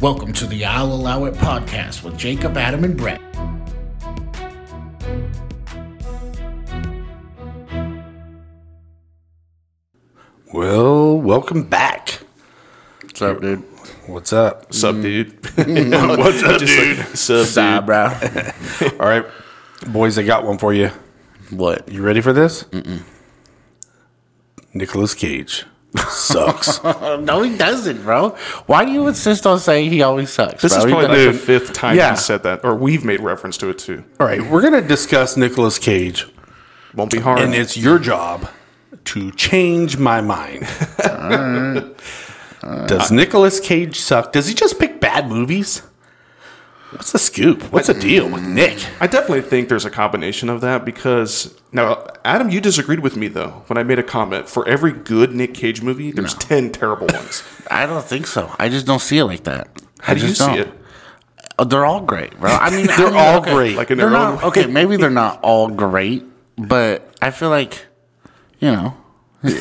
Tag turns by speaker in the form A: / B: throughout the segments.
A: Welcome to the I'll Allow It podcast with Jacob, Adam, and Brett.
B: Well, welcome back.
C: What's up, dude?
B: What's up?
C: Sup, dude? What's up, dude? Sup,
B: Nah,
C: dude?
B: bro. All right, boys, I got one for you.
C: What?
B: You ready for this? Mm-mm. Nicholas Cage sucks.
A: Uh, No, he doesn't, bro. Why do you insist on saying he always sucks?
D: This
A: bro?
D: is
A: He
D: probably like
A: does-
D: the fifth time
B: Yeah.
D: you said that, or we've made reference to it too.
B: All right, we're gonna discuss Nicolas Cage,
D: Won't be hard.
B: and it's your job to change my mind. Does Nicolas Cage suck? Does he just pick bad movies? What's the scoop? What's the deal with Nick?
D: I definitely think there's a combination of that because now, Adam, you disagreed with me though when I made a comment. For every good Nick Cage movie, there's ten terrible ones.
A: I don't think so. I just don't see it like that.
D: How
A: I
D: do you
A: just
D: see
A: don't.
D: it?
A: Uh, They're all great, bro. I mean,
B: They're
A: I mean,
B: all
A: okay,
B: great.
D: Like in
A: they're
D: their own.
A: not, okay, maybe they're not all great, but I feel like, you know,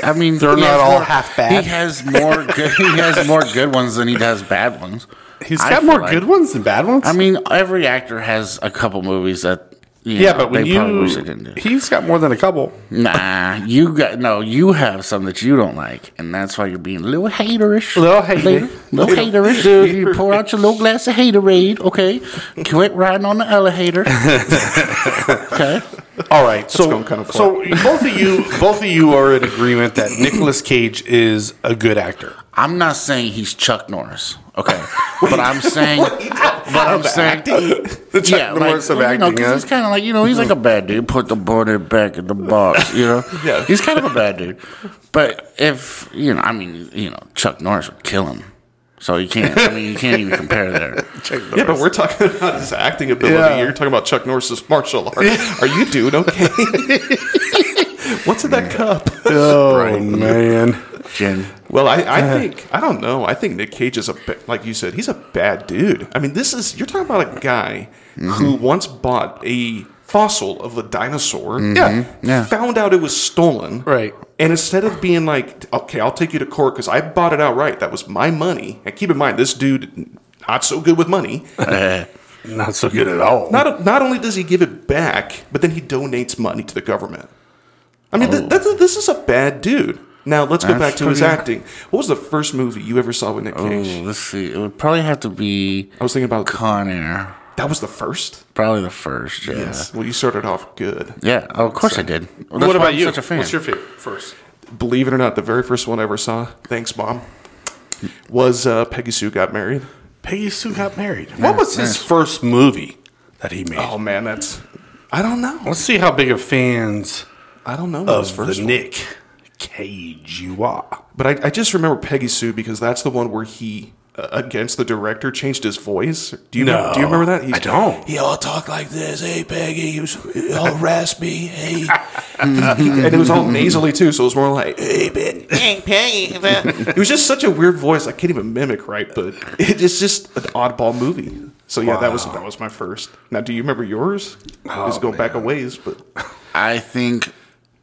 A: I mean,
B: They're
A: he
B: not
A: has
B: all
A: more-
B: half bad.
A: He has more good. He has more good ones than he does bad ones.
B: He's
A: I
B: got
A: feel
B: more
A: like-
B: good ones than bad ones.
A: I mean, every actor has a couple movies that. you
B: Yeah,
A: know,
B: but when
A: they probably wish they
B: you,
A: didn't do.
B: he's got more than a couple.
A: Nah, you got no. You have some that you don't like, and that's why you're being a little haterish.
B: Little hater.
A: Little haterish. Dude, you pour out your little glass of haterade. Okay, quit riding on the elevator. okay,
B: All right, so
D: going kind of far.
B: so both of you, both of you are in agreement that Nicolas Cage is a good actor.
A: I'm not saying he's Chuck Norris. Okay, but I'm saying, but I'm saying,
B: The Chuck
A: yeah,
B: Norris
A: like,
B: of
A: you know,
B: acting,
A: 'cause
B: huh?
A: he's kind of like you know, he's like a bad dude. Put the border back in the box, you know.
D: Yeah.
A: he's kind of a bad dude. But if you know, I mean, you know, Chuck Norris would kill him. So you can't. I mean, you can't even compare there.
D: Yeah, but we're talking about his acting ability.
B: Yeah.
D: You're talking about Chuck Norris's martial art. Are you dude okay? What's in that cup?
B: Oh man,
A: Jen.
D: Well, I, I think I don't know. I think Nick Cage is a ba- like you said, he's a bad dude. I mean, this is you're talking about a guy who once bought a fossil of a dinosaur. Yeah,
A: yeah.
D: Found out it was stolen.
B: Right.
D: And instead of being like, okay, I'll take you to court because I bought it outright. That was my money. And keep in mind, this dude not so good with money.
A: Uh,
B: not so good at all.
D: Not not only does he give it back, but then he donates money to the government. I mean, th- that's a, this is a bad dude. Now let's go
A: That's
D: back to his
A: pretty-
D: acting. What was the first movie you ever saw with Nick
B: Oh.
A: ooh,
D: Cage?
A: let's see. It would probably have to be
D: I was thinking about
A: Con Air.
D: that was the first.
A: Probably the first. Yeah.
D: Well, you started off good.
A: Yeah. Oh, of course I did. Well, that's why
B: what about
A: I'm
B: you?
A: Such a fan.
B: What's your favorite first?
D: Believe it or not, the very first one I ever saw. Thanks, mom. Was uh, Peggy Sue got married?
B: Peggy Sue got married. What was his first movie that he made?
D: Oh man, that's I don't know.
B: Let's see how big of fans
D: I don't know his
B: of the
D: first one.
B: Nick Cage you are.
D: But I, I just remember Peggy Sue because that's the one where he, uh, against the director, changed his voice. Do you
B: No.
D: do you remember that? He,
B: I don't.
D: He all talked like this. Hey, Peggy, he was all raspy. Hey, and it was all nasally too. So it was more like, hey, Ben.
E: Hey, Peggy.
D: It was just such a weird voice. I can't even mimic right, but it, it's just an oddball movie. So yeah, that was that was my first. Now, do you remember yours? Oh, was going back a ways, but
A: I think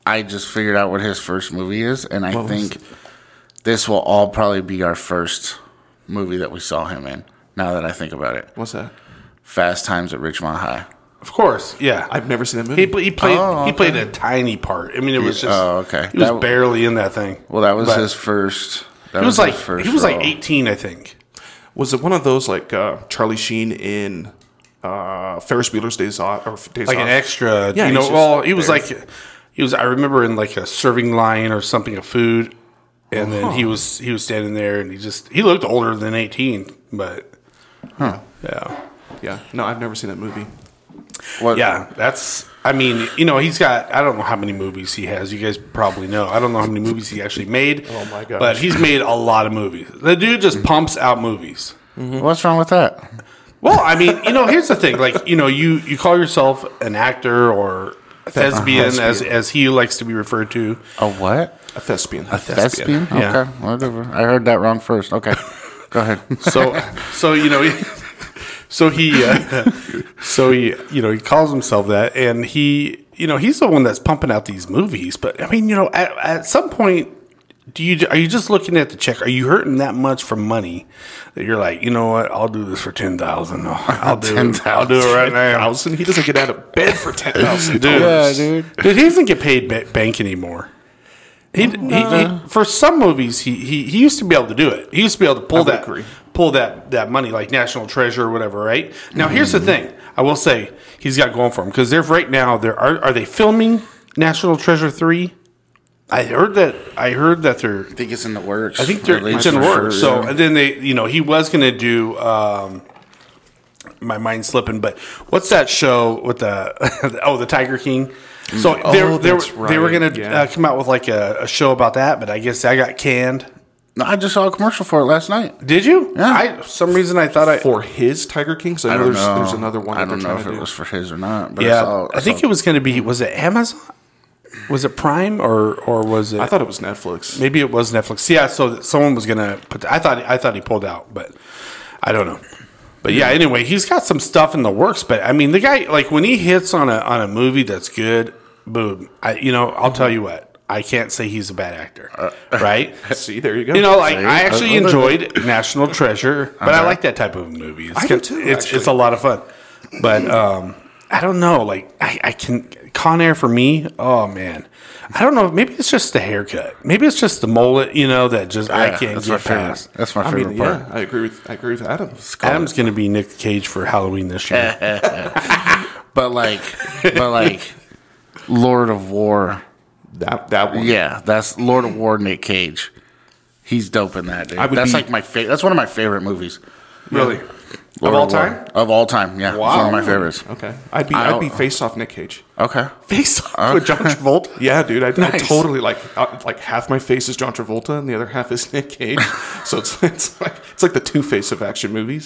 A: I just figured out what his first movie is, and I think this will all probably be our first movie that we saw him in. Now that I think about it,
D: what's that?
A: Fast Times at Richmond High.
B: Of course, yeah.
D: I've never seen that movie.
B: he, pl- he played
A: Oh,
B: he played
A: okay.
B: a tiny part. I mean, it was just
A: Oh, okay.
B: He was
A: That-
B: barely in that thing.
A: Well, that was
B: But
A: his first. That
B: He was like
A: his first
B: he was like
A: role.
B: eighteen, I think.
D: Was it one of those like uh, Charlie Sheen in uh, Ferris Bueller's Days Off or Days
B: like
D: Off?
B: an extra.
D: Yeah,
B: you
D: he's
B: know,
D: just
B: well, he was
D: there.
B: like, he was. I remember in like a serving line or something of food, and then
A: Uh-huh.
B: he was he was standing there, and he just he looked older than eighteen, but yeah,
D: Yeah. No, I've never seen that movie.
A: What-
B: yeah. That's I mean, you know, he's got I don't know how many movies he has. You guys probably know. I don't know how many movies he actually made. Oh
D: my gosh. Mm-hmm.
B: But he's made a lot of movies. The dude just pumps out movies.
A: What's wrong with that?
B: Well, I mean, you know, here's the thing. Like, you know, you you call yourself an actor or a
A: uh-huh.
B: thespian, as as he likes to be referred to.
A: A what?
D: A thespian. A
A: Thespian?
B: yeah.
A: Okay, whatever. I heard that wrong first. Okay, go ahead.
B: So so you know, so he uh, so he you know he calls himself that, and he you know he's the one that's pumping out these movies. But I mean, you know, at, at some point. do you are you just looking at the check? Are you hurting that much for money that you're like, you know what? I'll do this for ten thousand. I'll do it. I'll do it right now,
D: Thousand. He doesn't get out of bed for ten thousand
B: dude.
D: dollars.
B: Dude, he doesn't get paid ba- bank anymore. He, he, he for some movies he, he he used to be able to do it. He used to be able to pull
D: would
B: that
D: agree.
B: pull that that money like National Treasure or whatever. Right now, here's the
D: Mm-hmm.
B: thing: I will say he's got going for him because they're right now they're are, are they filming National Treasure three? I heard that I heard that they're
A: I think it's in the works.
B: I think they're, it's in works. So and then they, you know, he was going to do. Um, my mind's slipping, but what's that show with the? oh, the Tiger King. So they
D: Oh,
B: they, were-
D: that's
B: they were
D: right,
B: going to
D: yeah.
B: uh, come out with like a, a show about that, but I guess I got canned.
A: no, I just saw a commercial for it last night.
B: Did you?
A: Yeah.
B: I for some reason I thought I.
D: For his Tiger King, so I
A: I
D: know
A: don't
D: there's,
A: know.
D: there's another one.
A: I
D: that they're
A: don't know
D: trying
A: if
D: to
A: it
D: do.
A: was for his or not. But
B: yeah,
A: I, saw,
B: I think
A: saw-
B: it was going to be. Was it Amazon? Was it Prime or or was it?
D: I thought it was Netflix.
B: Maybe it was Netflix. Yeah, so that someone was gonna put. I thought I thought he pulled out, but I don't know. But yeah, anyway, he's got some stuff in the works. But I mean, the guy like when he hits on a on a movie that's good, boom. I you know I'll tell you what I can't say he's a bad actor, right?
D: See, there you go.
B: You know, like I actually
A: I love
B: enjoyed National Treasure, but I like that type of movie. It's
D: I do too,
B: It's,
D: actually.
B: it's a lot of fun, but um, I don't know. Like I, I can Con Air for me. Oh man, I don't know. Maybe it's just the haircut. Maybe it's just the mullet. You know that just I
A: Yeah,
B: can't
A: that's
B: get
A: my favorite.
B: past.
A: That's my
D: I
A: favorite
D: mean,
A: part.
D: yeah, I agree with I agree with Adam.
B: Adam's gonna be Nick Cage for Halloween this year.
A: But like, but like, Lord of War.
D: That that one.
A: Yeah, that's Lord of War. Nick Cage. He's dope in that. Dude.
D: I would
A: that's
D: be-
A: like my favorite. That's one of my favorite movies.
D: really.
A: Lord
D: all
A: War.
D: time?
A: Of all time. Yeah, it's one of my favorites.
D: Okay, I'd be
A: I
D: I'd
A: don't-
D: be face off Nick Cage.
A: Okay.
B: Face off with John Travolta.
D: Yeah, dude, I, I
B: Nice.
D: totally like uh, like half my face is John Travolta and the other half is Nick Cage. so it's it's like it's like the two face of action movies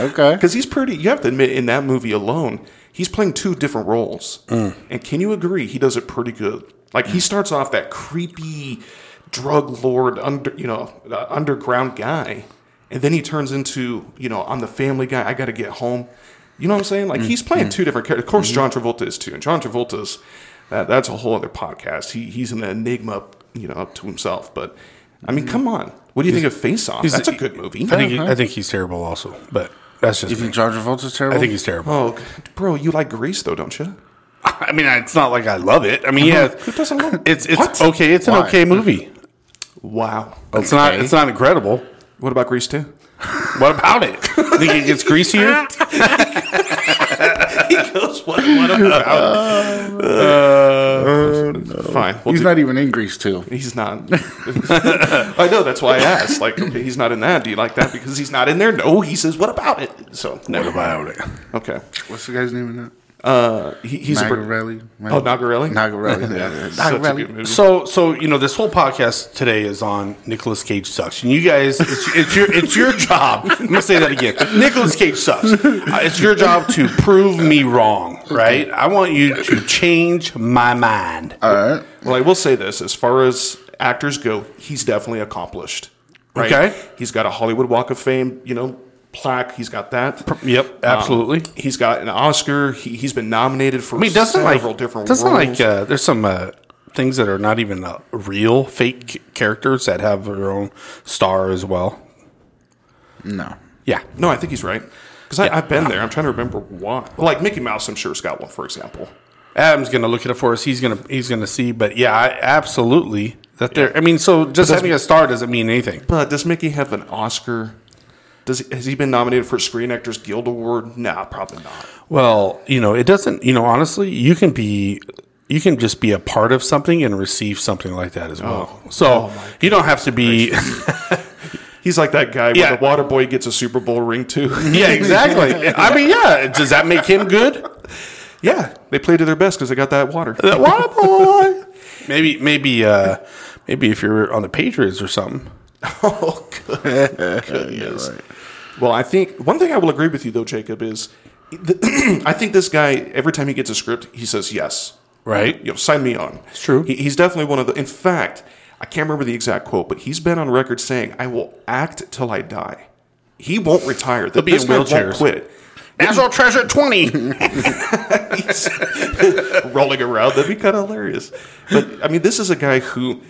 A: Okay.
D: because he's pretty. You have to admit, in that movie alone, he's playing two different roles,
B: Mm.
D: and can you agree he does it pretty good? Like he starts off that creepy drug lord under you know uh, underground guy, and then he turns into you know I'm the family guy. I got to get home. You know what I'm saying?
B: Mm.
D: Like he's playing two different characters. Of course,
B: Mm-hmm.
D: John Travolta is too, and John Travolta's that, that's a whole other podcast. He he's an enigma, up, you know, up to himself. But I
B: Mm.
D: mean, come on, what do you think of Face Off? That's a good movie.
B: I think he- I think he's terrible also, but that's just.
A: Uh-huh. You
B: me.
A: think John Travolta's terrible?
B: I think he's terrible.
D: Oh, g- bro, you like Grease though, don't you?
B: I mean, it's not like I love it. I mean,
A: Uh-huh.
B: yeah,
D: Who doesn't love it?
B: it's it's
D: What?
B: okay. It's an
A: Why?
B: okay movie.
D: Wow.
B: It's not.
A: Okay.
B: It's not incredible.
D: What about Grease 2?
B: What about it? Think it gets greasier?
D: he goes, what, what about? uh, Fine. We'll
A: he's
D: do-
A: not even in Greece too.
D: He's not. I know. That's why I asked. Like, okay, he's not in that. Do you like that? Because he's not in there. No, he says, what about it? So, never
B: about
D: mind.
B: it?
D: Okay. Uh,
A: What's the guy's name in that?
D: He, he's a. Brit-
A: Nagarelli.
D: Oh, Nagarelli?
A: Nagarelli. yeah, yeah.
D: Such a
A: Nagarelli.
D: good movie.
B: So, so you know, this whole podcast today is on Nicolas Cage sucks, and you guys, it's, it's your it's your job. I'm gonna say that again. Nicolas Cage sucks. Uh, it's your job to prove me wrong, right? I want you to change my mind.
D: Well, I will say this: as far as actors go, he's definitely accomplished. Right?
B: Okay.
D: He's got a Hollywood Walk of Fame, you know, plaque. He's got that.
B: yep, absolutely.
D: Um, he's got an Oscar. He, he's been nominated for
B: I mean, doesn't
D: several
B: like
D: different
B: doesn't
D: roles.
B: like uh, there's some uh, things that are not even uh, real fake c- characters that have their own star as well.
A: No.
B: Yeah,
D: no, I think he's right because I've been there. I'm trying to remember why. Well, like Mickey Mouse, I'm sure's got one, for example.
B: Adam's gonna look it up for us. He's gonna he's gonna see. But yeah, I, absolutely. That there. I mean, so just having a star doesn't mean anything.
D: But does Mickey have an Oscar? Does he, has he been nominated for a Screen Actors Guild Award? Nah, probably not.
B: Well, you know, it doesn't. You know, honestly, you can be. You can just be a part of something and receive something like that as well. so you don't have to be.
D: He's like that guy
B: Yeah.
D: where the water boy gets a Super Bowl ring too.
B: yeah, exactly. I mean, yeah. Does that make him good?
D: yeah, they play to their best because they got that water.
B: That water boy. maybe, maybe, uh, maybe if you're on the Patriots or something.
D: Oh, good goodness. Well, I think one thing I will agree with you though, Jacob, is the, I think this guy every time he gets a script, he says yes,
B: Right.
D: You know, sign me on. It's
B: true.
D: He, he's definitely one of the. In fact, I can't remember the exact quote, but he's been on record saying, "I will act till I die." He won't retire. He'll
B: be in wheelchairs.
D: Won't quit.
B: National Treasure Twenty.
D: rolling around. That'd be kind of hilarious. But I mean, this is a guy who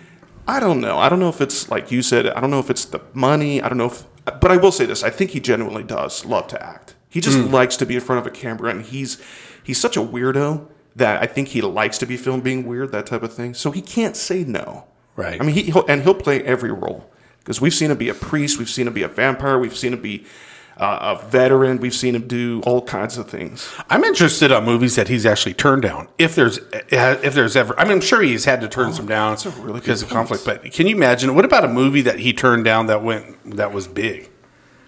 D: I don't know. I don't know if it's like you said. I don't know if it's the money. I don't know if, but I will say this: I think he genuinely does love to act. He just likes to be in front of a camera, and he's he's such a weirdo that I think he likes to be filmed being weird, that type of thing. So he can't say no.
B: Right.
D: I mean, he he'll, and he'll play every role because we've seen him be a priest, we've seen him be a vampire, we've seen him be uh, a veteran, we've seen him do all kinds of things.
B: I'm interested on movies that he's actually turned down. If there's if there's ever, I mean, I'm sure he's had to turn some down
D: a really good
B: because of
D: point.
B: conflict. But can you imagine? What about a movie that he turned down that went that was big?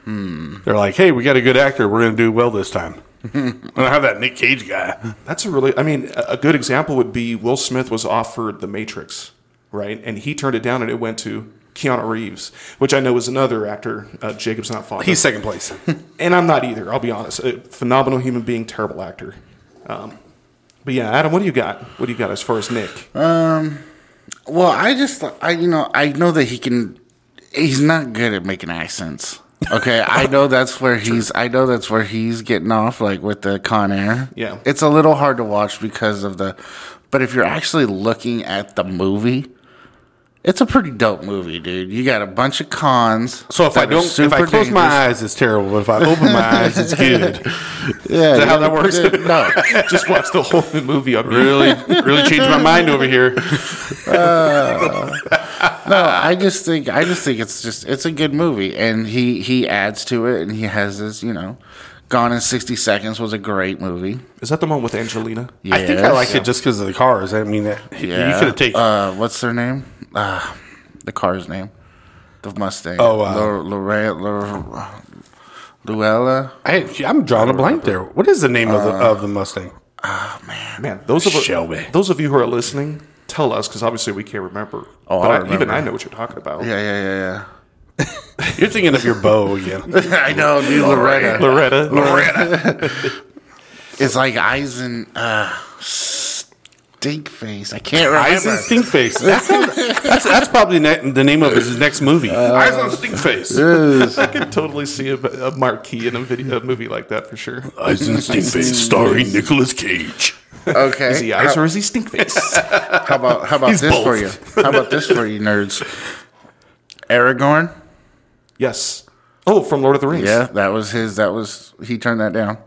D: Hmm.
B: They're like, hey, we got a good actor. We're going to do well this time. I have that Nick Cage guy.
D: That's a really, I mean, a a good example would be Will Smith was offered The Matrix, right? And he turned it down and it went to Keanu Reeves, which I know is another actor uh, Jacob's not fond of.
B: He's second place.
D: and I'm not either, I'll be honest. A phenomenal human being, terrible actor. Um, but yeah, Adam, what do you got? What do you got as far as Nick?
A: Well, I just I you know I know that he can. He's not good at making accents. Okay, I know that's where he's. I know that's where he's getting off, like with the Con Air.
D: Yeah.
A: it's a little hard to watch because of the. But if you're actually looking at the movie, it's a pretty dope movie, dude. You got a bunch of cons.
B: So if I
A: that are
B: don't, if I
A: super
B: close my eyes, it's terrible. But if I open my eyes, it's good.
A: dangerous. yeah, is
B: that how that works?
A: No,
D: Just watch the whole movie. I'm
B: Really, really changed my mind over here.
A: no, Oh, I just think I just think it's just it's a good movie, and he he adds to it, and he has this, you know, Gone in sixty seconds was a great movie.
D: Is that the one with Angelina?
A: Yes.
B: I think I like it just because of the cars. I mean, that, you could have taken.
A: Uh, what's their name? Uh, the car's name, the Mustang.
B: Oh, uh,
A: Lor- Lorraine- Lor- Luella.
B: I, I'm drawing a blank there. What is the name of the of the Mustang?
D: Man, those of
B: Shelby.
D: those of you who are listening, tell us because obviously we can't remember.
A: Oh,
D: but
A: I
D: I even
A: remember.
D: I know what you're talking about.
A: Yeah, yeah, yeah,
B: You're thinking of your bow again.
A: yeah. I know, dude. Loretta.
D: Loretta.
A: It's like Eisen. Uh, stink face. I can't
B: Eyes on
A: remember.
B: Stink Face. That sounds- that's that's probably ne- the name of his next movie. Eyes on Stink Face.
D: I could totally see a, a marquee in a video, a movie like that for sure.
B: Eyes on Stink Face, starring Nicolas Cage.
A: Okay.
D: Is he eyes or is he stink face?
A: How about how about
B: He's
A: this
B: both.
A: for you? How about this for you nerds? Aragorn.
D: yes. Oh, from Lord of the Rings.
A: Yeah, that was his. That was he turned that down.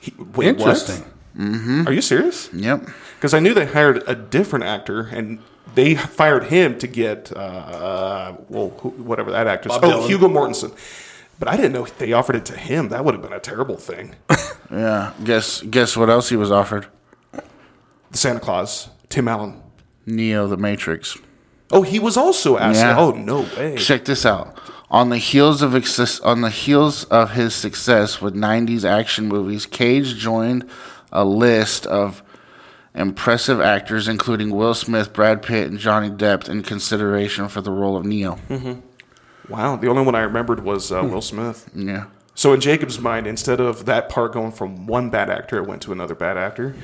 D: He, wait,
B: Interesting.
A: Mm-hmm.
D: What? Are you serious?
A: Yep.
D: Because I knew they hired a different actor and they fired him to get uh, well, who, whatever that actor. Oh,
B: Dylan.
D: Hugo Mortensen. But I didn't know they offered it to him. That would have been a terrible thing.
A: Yeah. Guess guess what else he was offered?
D: Santa Claus, Tim Allen.
A: Neo the Matrix.
D: Oh, he was also asked.
A: Yeah.
D: Oh, no way.
A: Check this out. On the heels of exis- on the heels of his success with 90s action movies, Cage joined a list of impressive actors including Will Smith, Brad Pitt, and Johnny Depp in consideration for the role of Neo.
B: Mm-hmm.
D: Wow. The only one I remembered was uh, Will Smith.
A: Yeah.
D: So in Jacob's mind, instead of that part going from one bad actor, it went to another bad actor.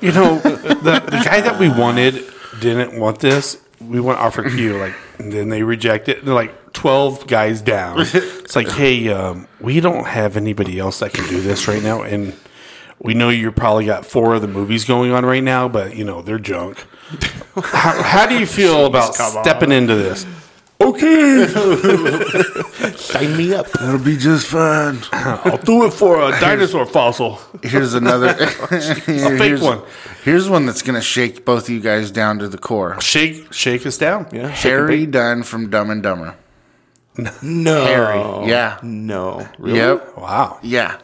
B: You know, the, the guy that we wanted didn't want this. We went offer Q, like, and then they reject it. They're like twelve guys down. It's like, hey, um, we don't have anybody else that can do this right now, and we know you're probably got four other movies going on right now, but you know they're junk. How, how do you feel about stepping into this? Okay,
D: Sign me up.
A: That'll be just fine.
B: I'll do it for a dinosaur fossil.
A: Here's another here's,
B: one.
A: Here's one that's gonna shake both of you guys down to the core.
B: Shake, shake us down.
D: Yeah. shake and
A: Harry
D: bake.
A: Dunn from Dumb and Dumber.
D: No.
A: Harry, yeah.
D: No. Really?
A: Yep.
B: Wow.
A: Yeah.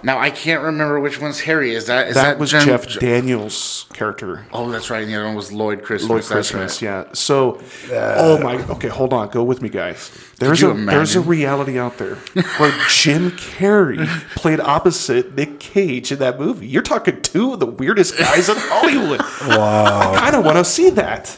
A: Now I can't remember which one's Harry. Is that is
D: That,
A: that,
D: was
A: Jen-
D: Jeff Daniels' character.
A: Oh, that's right. And the other one was Lloyd Christmas.
D: Lloyd
A: Oh, that's
D: Christmas,
A: right.
D: yeah. So, oh my, okay, hold on, go with me, guys. There's
A: you
D: a there's a
A: imagine?
D: reality out there where Jim Carrey played opposite Nick Cage in that movie. You're talking two of the weirdest guys in Hollywood. Wow, I kind of want to see that.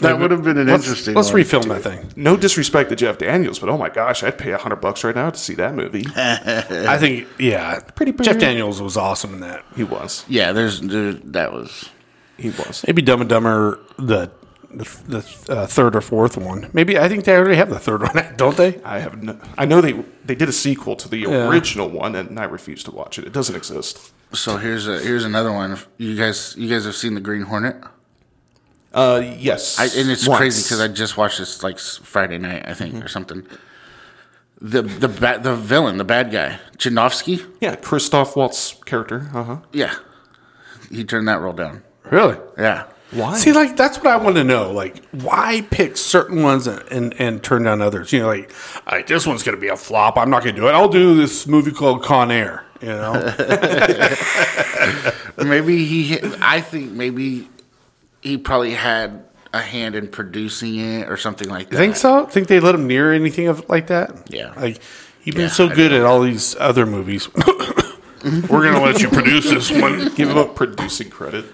A: That would have been an
B: Let's,
A: interesting.
B: let's
A: one.
B: refilm that thing.
D: No disrespect to Jeff Daniels, but oh my gosh, I'd pay hundred bucks right now to see that movie.
B: I think yeah,
D: Pretty
B: pretty.
D: bird.
B: Jeff Daniels was awesome in that.
D: He was,
A: Yeah, there's there, that was.
D: he was.
B: Maybe Dumb and Dumber the the, the uh, third or fourth one. Maybe I think they already have the third one, don't they?
D: I have no, I know they they did a sequel to the original one, and I refuse to watch it. It doesn't exist.
A: So here's a here's another one. You guys you guys have seen the Green Hornet?
D: Uh, yes,
A: I, and it's
D: once.
A: crazy because I just watched this like s- Friday night, I think, or something. The the ba- the villain, the bad guy, Janowski.
D: yeah, Christoph Waltz character. Uh huh.
A: Yeah, he turned that role down.
B: Really?
A: Yeah,
D: Why?
B: See, like that's what I want to know. Like, why pick certain ones and, and, and turn down others? You know, like, all right, this one's going to be a flop. I'm not going to do it. I'll do this movie called Con Air. You know,
A: maybe he. hit- I think maybe he probably had a hand in producing it or something like that.
B: think so? Think they let him near anything of like that?
A: Yeah.
B: Like, you've been so good at all these other movies. We're going to let you produce this one.
D: Give him a producing credit.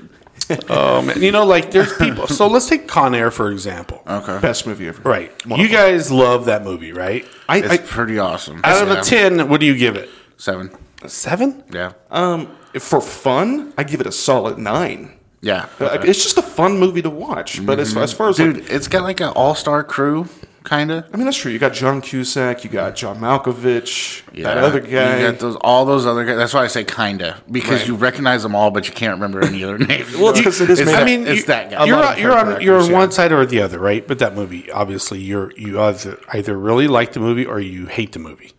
B: Oh man, you know, like there's people. So let's take Con Air for example.
D: Uh,
A: Okay,
D: Best movie ever.
B: Right.
D: One
B: You
D: of them.
B: guys love that movie, right?
D: I,
A: it's
D: I
A: pretty awesome.
B: Out of
A: Yeah.
B: a ten, what do you give it?
A: seven.
B: Seven?
A: Yeah,
D: Um, for fun, I give it a solid nine.
A: yeah,
D: Uh, It's just a fun movie to watch. But as, as far as like,
A: Mm-hmm. dude, it's got like an all-star crew, kind of.
D: I mean, that's true. You got John Cusack, you got John Malkovich, that other guy.
A: You got those, all those other guys. That's why I say kinda because you recognize them all, but you can't remember any other name.
D: well, because it is.
A: it's
D: made
B: I
A: that-
D: up-
B: mean,
A: it's
B: you,
A: that guy.
B: You're
A: A lot
B: on,
A: of
B: you're on
A: character
B: you're on
A: actors,
B: one side or the other, right? But that movie, obviously, you're you either, either really like the movie or you hate the movie.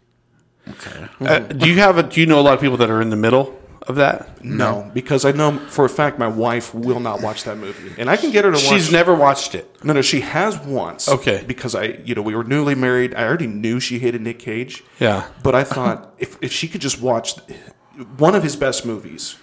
A: Okay.
D: Hmm.
B: Uh, do you have a? Do you know a lot of people that are in the middle of that?
A: Mm-hmm.
D: no, because I know for a fact my wife will not watch that movie, and I can get her to
B: She's
D: watch.
B: never watched it.
D: no, no, she has once.
B: Okay.
D: because I, you know, we were newly married. I already knew she hated Nick Cage.
B: Yeah.
D: but I thought if if she could just watch one of his best movies,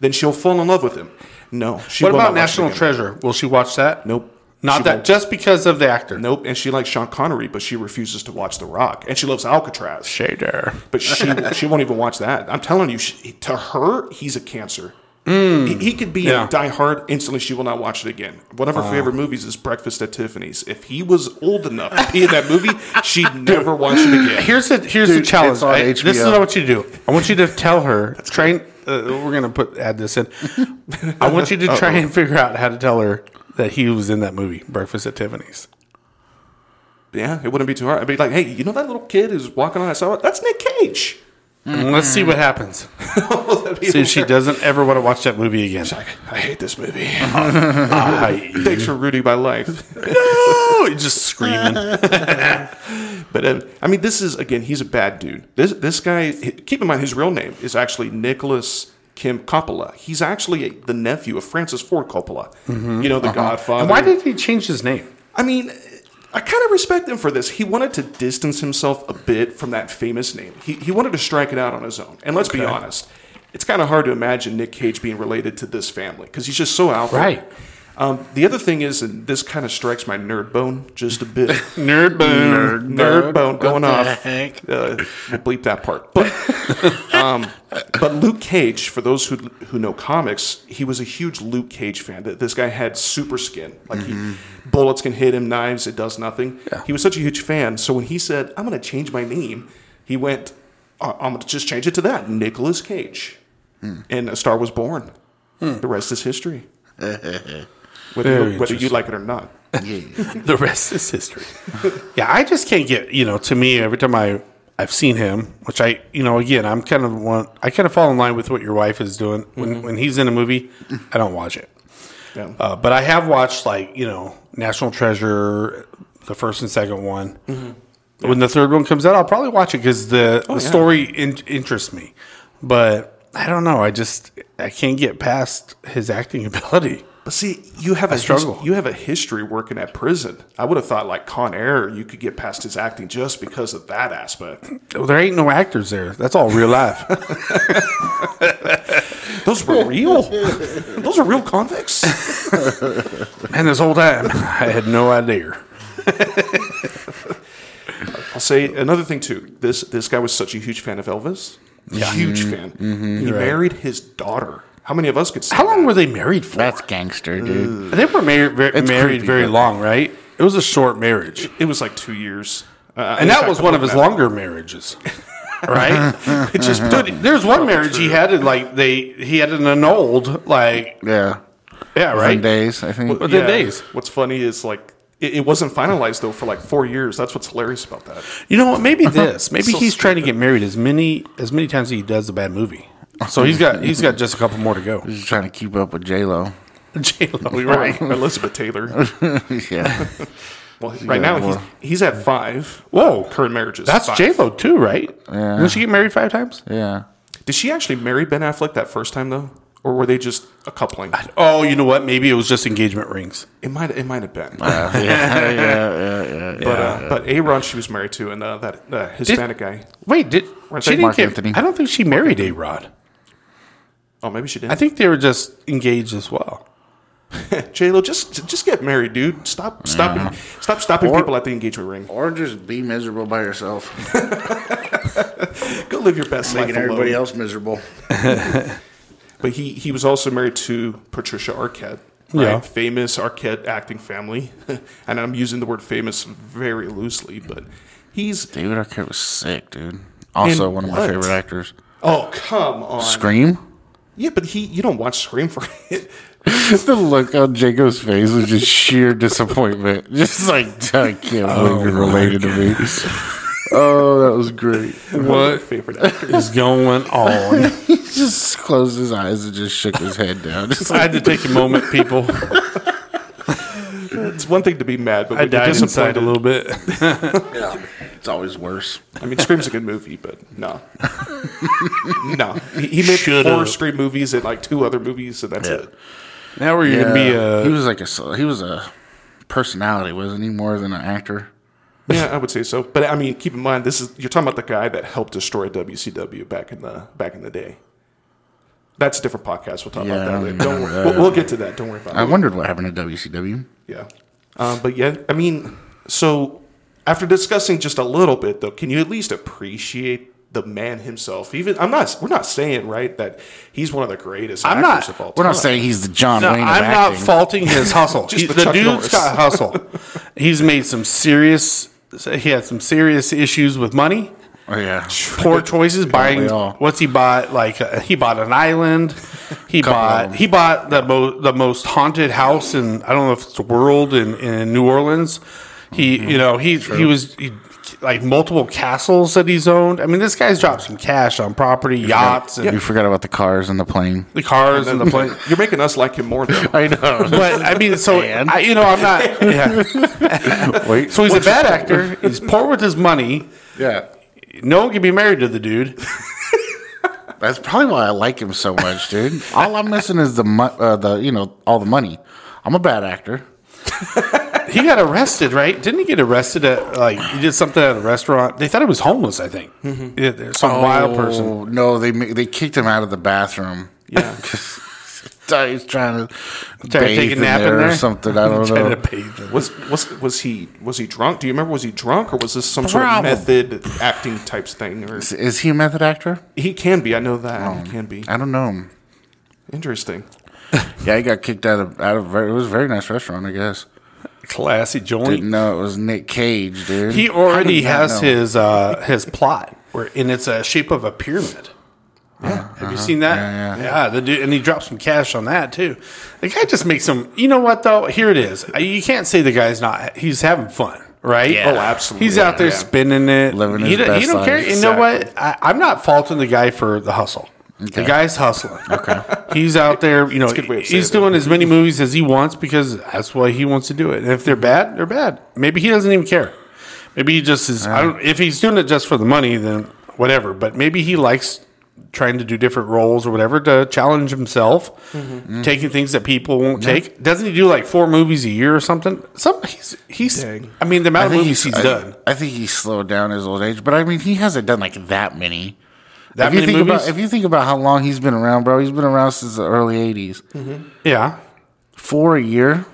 D: then she'll fall in love with him. No, she
B: What
D: will
B: about
D: not watch it
B: National
D: again.
B: Treasure? Will she watch that?
D: Nope.
B: Not
D: She
B: that.
D: won't.
B: Just because of the actor.
D: Nope, and she likes Sean Connery, but she refuses to watch The Rock, and she loves Alcatraz.
B: Shader.
D: but she she won't even watch that. I'm telling you, she, to her, he's a cancer. He, he could be
B: Mm. Yeah.
D: in Die Hard instantly. She will not watch it again. One of her favorite movies is Breakfast at Tiffany's. If he was old enough to be in that movie, she'd never watch it again.
B: Here's the here's
A: Dude,
B: the challenge.
A: it's on
B: I- this
A: HBO.
B: is what I want you to do. I want you to tell her. train. Uh, we're gonna put add this in. I want you to try and figure out how to tell her that he was in that movie, Breakfast at Tiffany's.
D: Yeah, it wouldn't be too hard. I'd be like, hey, you know that little kid who's walking on that sidewalk? That's Nick Cage.
B: And let's see what happens.
D: That'd be
B: See if she
D: hilarious.
B: doesn't ever want to watch that movie again.
D: Like, I hate this movie.
B: Uh-huh. Ah,
D: Thanks for ruining my life.
B: no, just screaming.
D: But uh, I mean, this is again, he's a bad dude. This this guy. Keep in mind, his real name is actually Nicholas Kim Coppola. He's actually the nephew of Francis Ford Coppola. You know, the Godfather.
B: And why did he change his name?
D: I mean? I kind of respect him for this. He wanted to distance himself a bit from that famous name. He he wanted to strike it out on his own. And let's be honest, it's kind of hard to imagine Nick Cage being related to this family because he's just so out there.
B: Right.
D: Um, the other thing is, and this kind of strikes my nerd bone just a bit.
B: Nerd boom.
D: nerd bone going
A: the
D: off.
A: heck?
D: Uh, we'll bleep that part. But um, but Luke Cage, for those who who know comics, he was a huge Luke Cage fan. That this guy had super skin. Like he, bullets can hit him, knives it does nothing. He was such a huge fan. So when he said, "I'm going to change my name," he went, "I- "I'm going to just change it to that, Nicholas Cage," and a star was born. The rest is history. whether
B: Very
D: you, whether you
B: interesting.
D: like it or not.
B: the rest is history. yeah, I just can't get you know. To me, every time I I've seen him, which I you know again, I'm kind of one. I kind of fall in line with what your wife is doing when when he's in a movie. I don't watch it,
D: Yeah.
B: uh, but I have watched like you know National Treasure, the first and second one. When the third one comes out, I'll probably watch it because the, the
D: yeah.
B: story in, interests me. But I don't know. I just I can't get past his acting ability.
D: But see, you have a his-
B: struggle.
D: you have a history working at prison. I would have thought like Con Air, you could get past his acting just because of that aspect.
B: There ain't no actors there. That's all real life.
D: Those were real. Those are real convicts.
B: And this whole time, I had no idea.
D: I'll say another thing too. This this guy was such a huge fan of Elvis. Huge
B: Mm-hmm.
D: fan. He married his daughter. How many of us could say
B: How long
D: that?
B: were they married for?
A: That's gangster, dude.
B: they were married very, married
A: creepy,
B: very
A: but-
B: long, right? It was a short marriage,
D: it was like two years. Uh, in
B: and that
D: fact,
B: was
D: I'm
B: one of his
D: looking at it.
B: longer marriages, right? It just dude, there's one marriage he had it like they he had an annulled like
A: Yeah,
B: yeah
A: right.
B: right
A: days, I think.
B: within days.
D: What's funny is like it, it wasn't finalized though for like four years. That's what's hilarious about that.
B: You know what?
A: Uh-huh.
B: Maybe this. Maybe
D: So
B: he's trying to get married as many as many times as he does a bad movie. So he's got he's got just a couple more to go.
A: He's trying to keep up with J Lo.
B: J Lo.
D: We were right. Elizabeth Taylor.
A: yeah.
D: Well, right now he's,
A: more.
D: he's at five.
B: Whoa.
D: Current marriages.
B: That's
D: five.
B: J Lo too, right?
A: Yeah.
B: Didn't she get married five times?
A: Yeah.
D: Did she actually marry Ben Affleck that first time though, or were they just a coupling?
B: Oh, you know what? Maybe it was just engagement rings.
D: It might it might have been.
A: Uh, Yeah, yeah, yeah, yeah, yeah.
D: but uh, but Aaron she was married to, and uh, that uh, Hispanic guy.
B: Wait, did
D: We're
B: she
D: saying
B: didn't
A: Mark
B: get,
A: Anthony.
B: I don't think she married A Rod.
D: Oh, maybe she did.
B: I think they were just engaged as well.
D: J Lo just just get married, dude. Stop stop stop stopping people at the engagement ring.
A: Or just be miserable by yourself,
D: Go live your best life.
A: making everybody
D: alone.
A: else miserable.
D: But he he was also married to Patricia Arquette. Right?
B: Yeah.
D: Famous Arquette acting family. and I'm using the word famous very loosely, but he's
A: David Arquette was sick, dude. Also,
D: And
A: one of my
D: what?
A: favorite actors.
D: Oh, come on.
A: Scream.
D: Yeah, but he you don't watch Scream for it.
A: Just the look on Jacob's face was just sheer disappointment. Just like I can't believe you're related to me. Oh, that was great.
B: What
D: Favorite actor.
B: is going on?
A: He just closed his eyes and just shook his head down. Just
B: I
A: like,
B: had to take a moment, people.
D: It's one thing to be mad, but
B: I
D: when you're
B: died inside
D: disappointed.
B: a little bit.
A: yeah, it's always worse.
D: I mean, Scream's a good movie, but no, no. He, he made four Scream movies and like two other movies, and that's it.
B: Now we're gonna be a.
A: he was like a so- he was a personality, wasn't he? More than an actor.
D: Yeah, I would say so. But I mean, keep in mind, this is you're talking about the guy that helped destroy WCW back in the back in the day. That's a different podcast. We'll talk
A: Yeah, I
D: about that
A: don't
D: later. Don't
A: remember
D: worry. We'll, we'll get to that. Don't worry about
A: I
D: it.
A: wondered what happened to WCW.
D: Yeah. Um, but yeah, I mean, so after discussing just a little bit, though, can you at least appreciate the man himself? Even I'm not. We're not saying right that he's one of the greatest
B: I'm not-
D: actors of all time.
A: We're not saying he's the John
B: No,
A: Wayne of
B: I'm
A: acting.
B: not faulting his hustle.
D: Just
B: He-
D: the
B: the
D: Chuck
B: dude's
D: Norris.
B: got hustle. He's made some serious. He had some serious issues with money,
A: oh, yeah,
B: poor choices buying.
A: all.
B: What's he bought? Like uh, he bought an island. He
A: Couple of
B: bought
A: them.
B: he bought the mo- the most haunted house in I don't know if it's the world in, in New Orleans. He
A: Mm-hmm.
B: you know he he was. He, like multiple castles that he's owned. I mean, this guy's dropped some cash on property, yachts, and
A: You forgot about the cars and the plane.
B: the cars and the plane.
D: You're making us like him more though.
A: I know.
B: But I mean, so
A: And?
B: I, you know, I'm not. Yeah.
A: Wait.
B: So he's a bad actor. He's poor with his money.
A: yeah,
B: No one can be married to the dude.
A: that's probably why I like him so much, dude. All I'm missing is the mo- uh, the you know all the money. I'm a bad actor.
B: He got arrested, right? Didn't he get arrested at like he did something at a restaurant? They thought he was homeless. I think. Yeah, there's some wild person.
A: Mm-hmm. Oh, No, they ma- they kicked him out of the bathroom.
D: Yeah.
A: He's trying to
B: Trying to
A: bathe
B: take a nap in there,
A: or something. I don't
B: Trying to
A: know.
B: pay them.
D: Was was was he was he drunk? Do you remember? Was he drunk, or was this some sort of
A: Problem.
D: method acting types thing? Or
A: Is he a method actor?
D: he can be. I know that he can be.
A: I don't know him.
D: Interesting.
A: Yeah, he got kicked out of out of. It was a very nice restaurant, I guess.
B: Classy joint.
A: Didn't know it was Nick Cage, dude.
B: He
A: How
B: already
A: did not
B: has
A: know?
B: his uh, his plot, where and it's a shape of a pyramid. Yeah, have you seen that?
A: Yeah,
B: the dude, and he dropped some cash on that too. The guy just makes some. You know what though? Here it is. Uh, You can't say the guy's not. He's having fun, right?
D: Yeah. Oh, absolutely.
B: He's out there
D: Yeah.
B: spinning it,
A: Living
B: he
A: his
B: don't-
A: best
B: He don't
A: life.
B: care. You know what? I, I'm not faulting the guy for the hustle. The
A: Okay.
B: guy's hustling. Okay, he's out there. You know,
D: good way of
B: he's
D: saying it.
B: doing as many movies as he wants because that's why he wants to do it. And if they're bad, they're bad. Maybe he doesn't even care. Maybe he just is. I don't. If he's doing it just for the money, then whatever. But maybe he likes trying to do different roles or whatever to challenge himself,
A: Mm-hmm.
B: taking things that people won't take. Doesn't he do like four movies a year or something? Some he's he's.
D: Dang.
B: I mean, the
A: I
B: amount of
A: think
B: movies
A: he's,
B: he's
A: I-
B: done.
A: I think he slowed down his old age, but I mean, he hasn't done like that many.
B: That
A: if you
B: many
A: think
B: movies.
A: about if you think about how long he's been around, bro, he's been around since the early '80s.
B: yeah.
A: Four a year.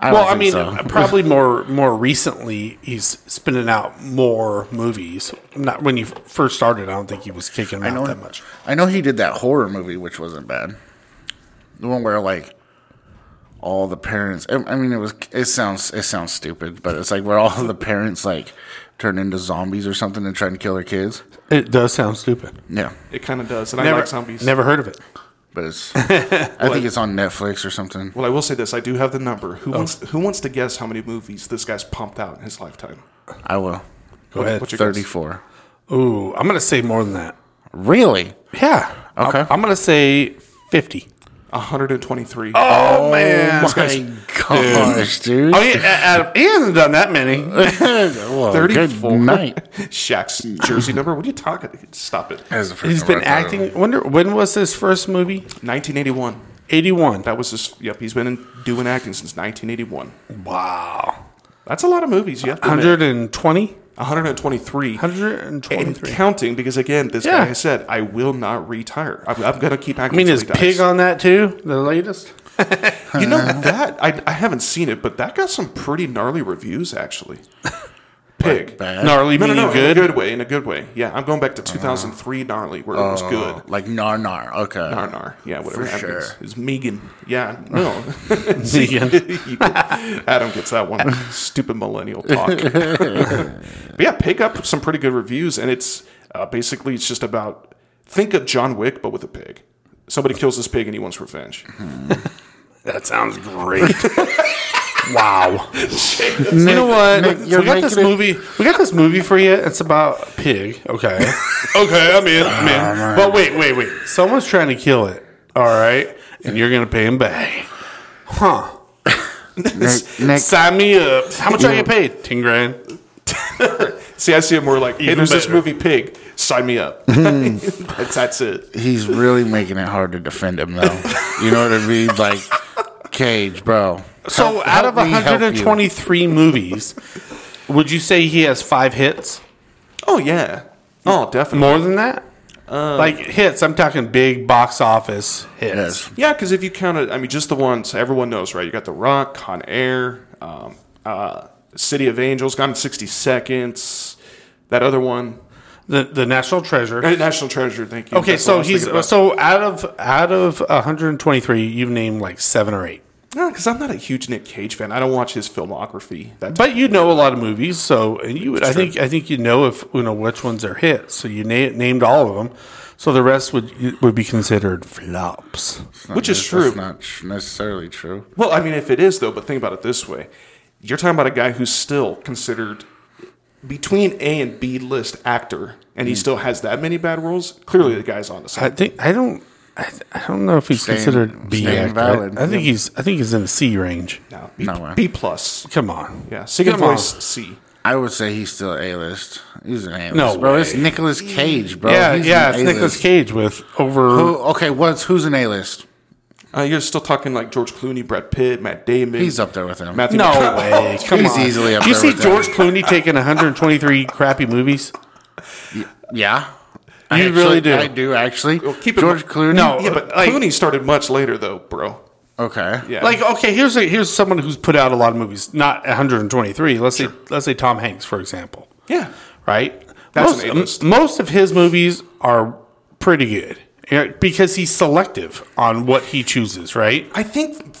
A: I
B: Well, I mean, uh,
A: so.
B: probably more more recently, he's spinning out more movies. Not when he first started. I don't think he was kicking them out that much.
A: I know he did that horror movie, which wasn't bad. The one where like all the parents. I I mean, it was. It sounds. It sounds stupid, but it's like where all the parents like turn into zombies or something and try and kill their kids.
B: It does sound stupid.
A: Yeah,
D: It kind of does, and
B: Never,
D: I like zombies.
B: never heard of it.
A: but it's. I think it's on Netflix or something.
D: Well, I will say this: I do have the number. Who wants who wants to guess how many movies this guy's pumped out in his lifetime?
A: I will.
B: Go ahead.
D: what's your guess?
A: Thirty-four.
B: Ooh, I'm gonna say more than that.
A: Really?
B: Yeah.
A: Okay.
B: I, am gonna say fifty.
D: 123.
B: Oh, man.
A: My gosh, dude.
B: Oh, he, Adam, he hasn't done that many.
A: Well, Good
D: 34.
A: night.
D: Shaq's jersey number. What are you talking? Stop it.
B: He's been acting. Wonder when was his first movie?
D: 1981.
B: Eighty-one.
D: That was his. Yep, he's been in, doing acting since 1981.
B: Wow.
D: That's a lot of movies. You have to admit.
B: 120?
D: 123.
B: 123.
D: And counting because again, this
B: Yeah.
D: guy has said, "I will not retire. I'm, I'm going to keep
B: I
D: acting."
B: mean,
D: till
B: is
D: he dies."
B: Pig on that too? The latest?
D: You know that I, I haven't seen it, but that got some pretty gnarly reviews actually. Pig.
A: Bad.
B: Gnarly
D: No, no,
B: meaning
D: no,
B: good?
D: in a good way, in a good way. Yeah, I'm going back to 2003 gnarly where it was
B: Oh.
D: good.
A: Like nar nar. Okay.
D: Nar nar. Yeah, whatever.
A: For
D: that
A: sure.
D: means. It's Megan. Yeah, no.
B: Vegan.
D: You- Adam gets that one. Stupid millennial talk. but yeah, pick up some pretty good reviews, and it's uh, basically it's just about think of John Wick but with a pig. Somebody kills this pig and he wants revenge.
B: That sounds great. wow.
A: Nick,
B: You know what?
A: Nick, you're
B: we got this
A: making it-
B: movie. We got this movie for you. It's about a pig. Okay. okay, I'm in. I'm in. But wait, wait, wait. Someone's trying to kill it. All right, and you're gonna pay him back, huh?
A: Nick, Nick,
B: Sign me up. How much are you paid? Ten grand.
D: See, I see it more like, hey,
B: Even
D: there's this
B: better.
D: movie Pig. Sign me up. that's, that's it.
A: he's really making it hard to defend him, though. you know what I mean? Like, Cage, bro.
B: So, out of
A: help me help you.
B: 123 movies, would you say he has five hits?
D: Oh yeah. Oh, definitely.
B: More than that?
D: Um,
B: like hits. I'm talking big box office hits.
A: Yes.
D: Yeah, because if you counted, I mean, just the ones everyone knows, right? You got The Rock, Con Air, um, uh, City of Angels, Gone in 60 Seconds, that other one,
B: The the National Treasure.
D: Uh, National Treasure. Thank you.
B: Okay,
D: That's what I
B: so
D: was
B: he's
D: thinking about.
B: so out of out of 123, you've named like seven or eight.
D: No, because I'm not a huge Nick Cage fan. I don't watch his filmography. That
B: But you know a lot of movies, so and you would I think I think you know if you know which ones are hits. So you na- named all of them. So the rest would would be considered flops.
D: which is
A: That's
D: true.
A: not tr- necessarily true.
D: Well, I mean, if it is though, but think about it this way: you're talking about a guy who's still considered between A and B list actor, and
B: Hmm.
D: he still has that many bad roles. Clearly, the guy's on to
B: I
D: something.
B: think I don't. I, th- I don't know if he's
A: Staying-
B: considered B.
A: staying
B: actor.
A: valid.
B: I, I think he's. I think he's in the C range.
D: No, B,
A: No way.
D: B plus.
B: Come on.
D: Yeah, second
B: Come on.
D: voice C.
A: I would say he's still A list. He's an A list,
B: No
A: bro.
B: way.
A: It's Nicolas Cage, bro.
B: yeah,
A: Oh, He's
B: yeah.
A: an
B: It's Nicolas
A: A-list.
B: Cage with over.
A: Who, okay, what's who's an A list?
D: Uh, you're still talking like George Clooney, Brad Pitt, Matt Damon.
A: He's up there with him.
D: Matthew
B: No
D: McCona-
B: way. Come
A: He's
B: on.
A: easily up
B: Do you
A: there
B: see
A: with
B: George Clooney taking 123 crappy movies?
A: Yeah,
B: You
A: actually-
B: really do.
A: I do actually.
D: keep in
A: George
D: mi-
A: Clooney.
B: No.
D: Yeah, but
B: Like-
D: Clooney started much later though, bro.
A: Okay.
D: Yeah,
B: Like, okay, here's a, here's someone who's put out a lot of movies, not 123. Let's say let's say Tom Hanks, for example,
D: yeah,
B: right?
D: That's
B: most,
D: an A-list.
B: m- most of his movies are pretty good yeah, because he's selective on what he chooses, right?
D: I think.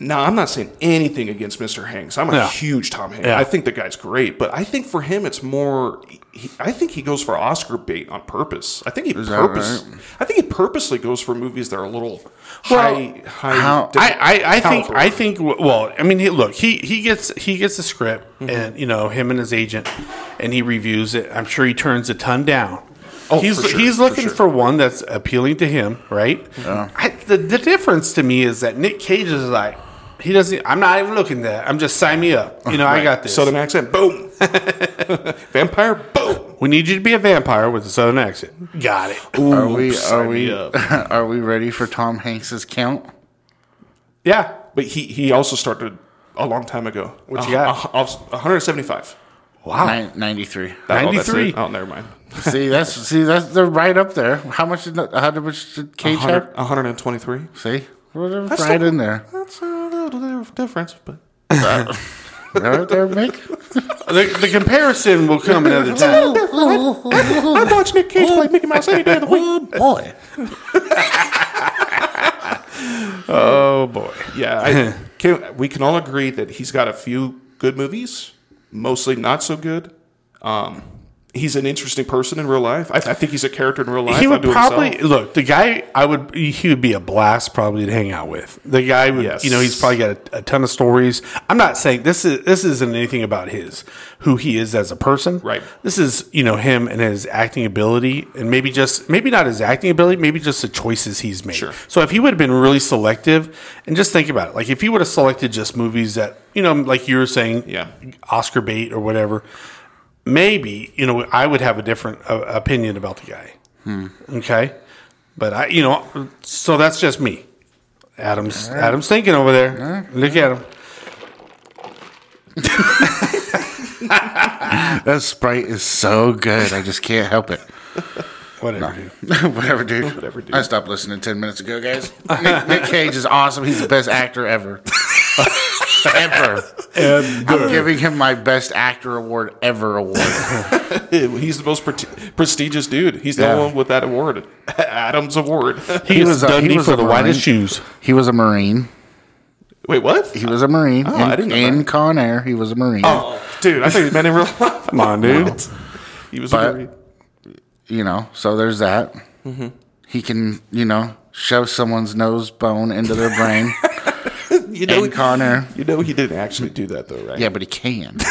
D: No, I'm not saying anything against Mr. Hanks. I'm a
B: Yeah.
D: huge Tom Hanks.
B: Yeah.
D: I think the guy's great, but I think for him, it's more. He, I think he goes for Oscar bait on purpose. I think he
A: that
D: purpose. I think he purposely goes for movies that are a little high. High.
A: how-
D: different
B: I, I, I think
D: caliber.
B: I think well I mean he, look he he gets he gets the script
D: Mm-hmm.
B: and you know him and his agent and he reviews it I'm sure he turns a ton down.
D: Oh,
B: he's
D: for sure,
B: he's
D: for
B: looking for,
D: sure.
B: one that's appealing to him, right? I, the the difference to me is that Nick Cage is like he doesn't I'm not even looking at that. I'm just sign me up. You know, I got this.
D: Southern accent. Boom. Vampire. Boom.
B: we need you to be a vampire with a southern accent. Got it.
A: Are we are we
D: up.
A: are we ready for Tom Hanks's count?
B: Yeah.
D: But he he also started a long time ago. Uh, What
B: you got?
D: 175.
B: Wow.
A: Nine, 93.
D: That- oh, that's it.
B: 93.
D: Oh, never mind.
A: see that's see that's they're right up there. How much did how much did Cage
D: 100,
A: have?
D: 123.
A: See, Well, they're right in there.
D: That's a little difference, but
A: Right there, Mick.
B: The, the comparison will come another time.
D: I watch Nick Cage play Mickey Mouse any day of the week.
A: Oh boy.
B: Oh boy.
D: Yeah, I, can, we can all agree that he's got a few good movies, mostly not so good. Um, he's an interesting person in real life. I, I think he's a character in real life.
B: he
D: I'll
B: would
D: do it myself.
B: probably look the guy i would he would be a blast probably to hang out with the guy would
D: Yes.
B: you know he's probably got a, a ton of stories i'm not saying this is this isn't anything about his who he is as a person
D: Right.
B: this is you know him and his acting ability and maybe just maybe not his acting ability maybe just the choices he's made
D: Sure.
B: so if he would have been really selective and just think about it like if he would have selected just movies that you know like you were saying
D: Yeah.
B: oscar bait or whatever maybe you know I would have a different uh, opinion about the guy. Okay, but I you know so that's just me. Adam's Adam's thinking over there. Look at him.
A: That Sprite is so good. I just can't help it.
B: Whatever. dude.
A: Whatever, dude.
D: Whatever, dude.
A: I stopped listening 10 minutes ago, guys. Nick, Nick Cage is awesome. He's the best actor ever. ever. I'm giving him my best actor award ever award.
D: He's the most pre- prestigious dude. He's the
A: Yeah.
D: one with that award, Adams Award.
B: He,
A: He
B: was,
A: was a- he
B: Dundee
A: was
B: for
A: a
B: the whitest
A: Marine.
B: shoes.
A: He was a Marine.
D: Wait, what?
A: He was a Marine. in,
D: Oh, I didn't know
A: in
D: that.
A: Con Air, he was a Marine.
D: Oh, dude, I think he meant in real life. Come on, dude. He was
A: But-
D: very,
A: You know, so there's that.
D: Mm-hmm.
A: He can, you know, shove someone's nose bone into their brain
D: you know,
A: in Con Air.
D: you know, he didn't actually do that though, right?
A: Yeah, but he can. That's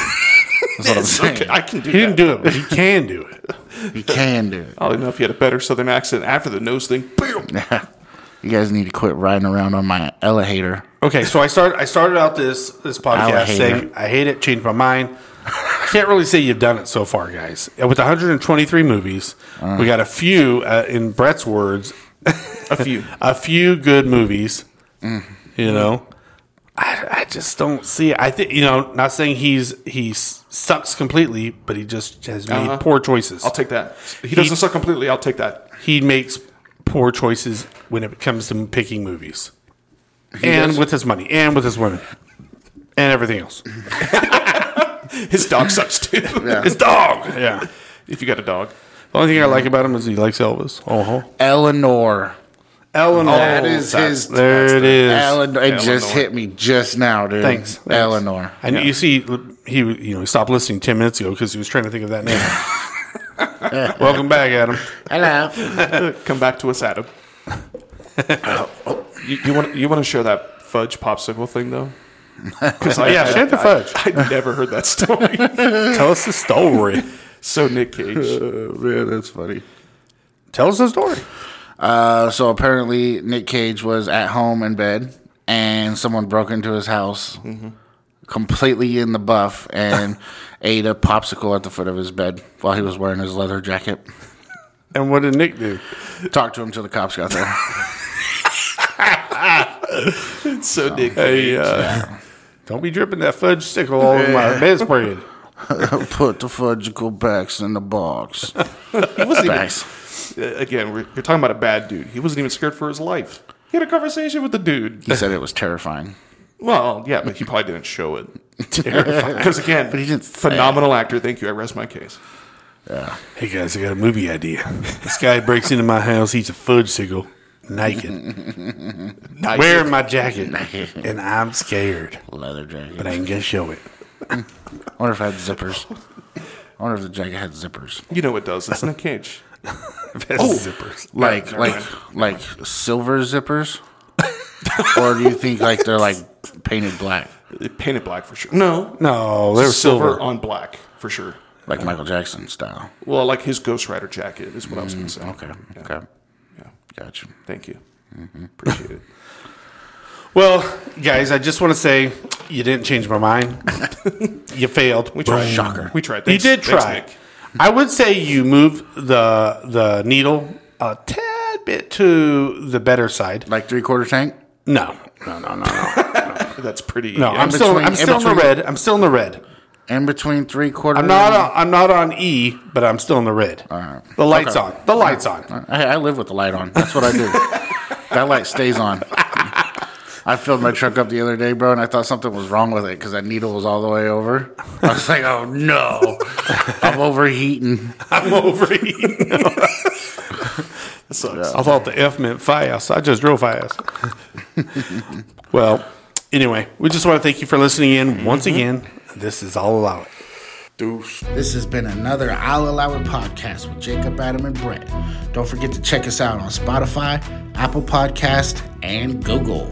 A: what I'm saying.
D: Okay, I can do
B: He didn't
D: that.
B: do it, but he can do it.
A: He can do it.
D: I don't know if he had a better Southern accent after the nose thing. Boom.
A: You guys need to quit riding around on my elevator.
B: Okay, so I started I started out this this
A: I
B: podcast
A: hate
B: saying I hate it, changed my mind. I can't really say you've done it so far, guys. And With 123 movies, we got a few, uh, in Brett's words,
D: A few.
B: a few good movies.
D: Mm.
B: You know, I, I just don't see. It. I think you know, not saying he's he s- sucks completely, but he just has made
D: Uh-huh.
B: poor choices.
D: I'll take that. He doesn't suck completely. I'll take that.
B: he makes poor choices when it comes to picking movies, and
A: does.
B: with his money, and with his women, and everything else.
D: His dog sucks too.
B: His dog. Yeah.
D: If you got a dog.
B: The only thing I like about him is he likes Elvis. Oh, huh.
A: Eleanor.
B: Eleanor.
A: Oh, That is his.
B: there it is.
A: Eleanor. It just
D: Eleanor.
A: hit me just now, dude.
B: Thanks, thanks.
A: Eleanor.
B: And you see, he you know he stopped listening ten minutes ago because he was trying to think of that name. Welcome back, Adam.
A: Hello.
D: Come back to us, Adam. you, you want you want to share that fudge popsicle thing though? 'Cause I,
B: Uh, Yeah, share the fudge.
D: I, I never heard that story.
B: Tell us the story.
D: so Nick Cage,
A: Uh, man, that's funny.
B: Tell us the story.
A: Uh, so apparently, Nick Cage was at home in bed, and someone broke into his house,
B: Mm-hmm.
A: completely in the buff, and ate a popsicle at the foot of his bed while he was wearing his leather jacket.
B: And what did Nick do?
A: Talked to him till the cops got there.
D: so Nick Cage.
B: Hey, uh, don't be dripping that fudge sickle all over my bedspread.
A: Put the fudgicle backs in the box.
D: He wasn't even,
A: Thanks.
D: uh, again. We're, you're talking about a bad dude. He wasn't even scared for his life. He had a conversation with the dude.
A: He said it was terrifying.
D: Well, yeah, but he probably didn't show it. Because again,
A: But he didn't say
D: phenomenal actor. Thank you. I rest my case.
B: Hey guys, I got a movie idea. This guy breaks into my house, eats a fudge sickle, naked,
D: Nice.
B: wearing my jacket, and I'm scared,
A: Leather jacket.
B: but I ain't gonna show it.
A: I wonder if it had zippers. I wonder if the jacket had zippers.
D: you know it does. It's Nick Cage.
B: oh. zippers.
A: Like
D: never
A: like like silver zippers? or do you think like they're like painted black?
D: It painted black for sure. No,
B: No, they're
D: silver,
B: silver.
D: on black for sure.
A: Like Michael Jackson style.
D: Well, like his Ghost Rider jacket is what I was going to say.
A: Mm, Okay. Mm-hmm. Okay.
D: Yeah.
A: Gotcha.
D: Thank you. Appreciate it.
B: Well, guys, I just want to say you didn't change my mind. you failed.
D: We tried.
A: Shocker.
D: We tried.
B: You
D: Thanks-
B: did
D: thanks,
B: try.
D: Nick.
B: I would say you moved the the needle a tad bit to the better side.
A: Like three quarter tank?
B: No, no, no, no, no.
D: That's pretty.
B: no
D: yeah.
B: I'm still
A: between-
B: I'm
A: in
B: still in the
A: between-
B: red. I'm still in the red.
A: In between three quarter
B: I'm not on, I'm not on E, but I'm still in the red. The lights
A: Okay.
B: on. The lights on.
A: I, I live with the light on. That's what I do. that light stays on. I filled my truck up the other day, bro, and I thought something was wrong with it because that needle was all the way over. I was like, "Oh no, I'm overheating."
B: I'm over E.
D: That sucks.
B: I thought the F meant fast. I just drove fast. well, anyway, we just want to thank you for listening in once again. This is all about it.
D: Deuce.
A: This has been another I'll Allow It podcast with Jacob, Adam, and Brett. Don't forget to check us out on Spotify, Apple Podcast, and Google.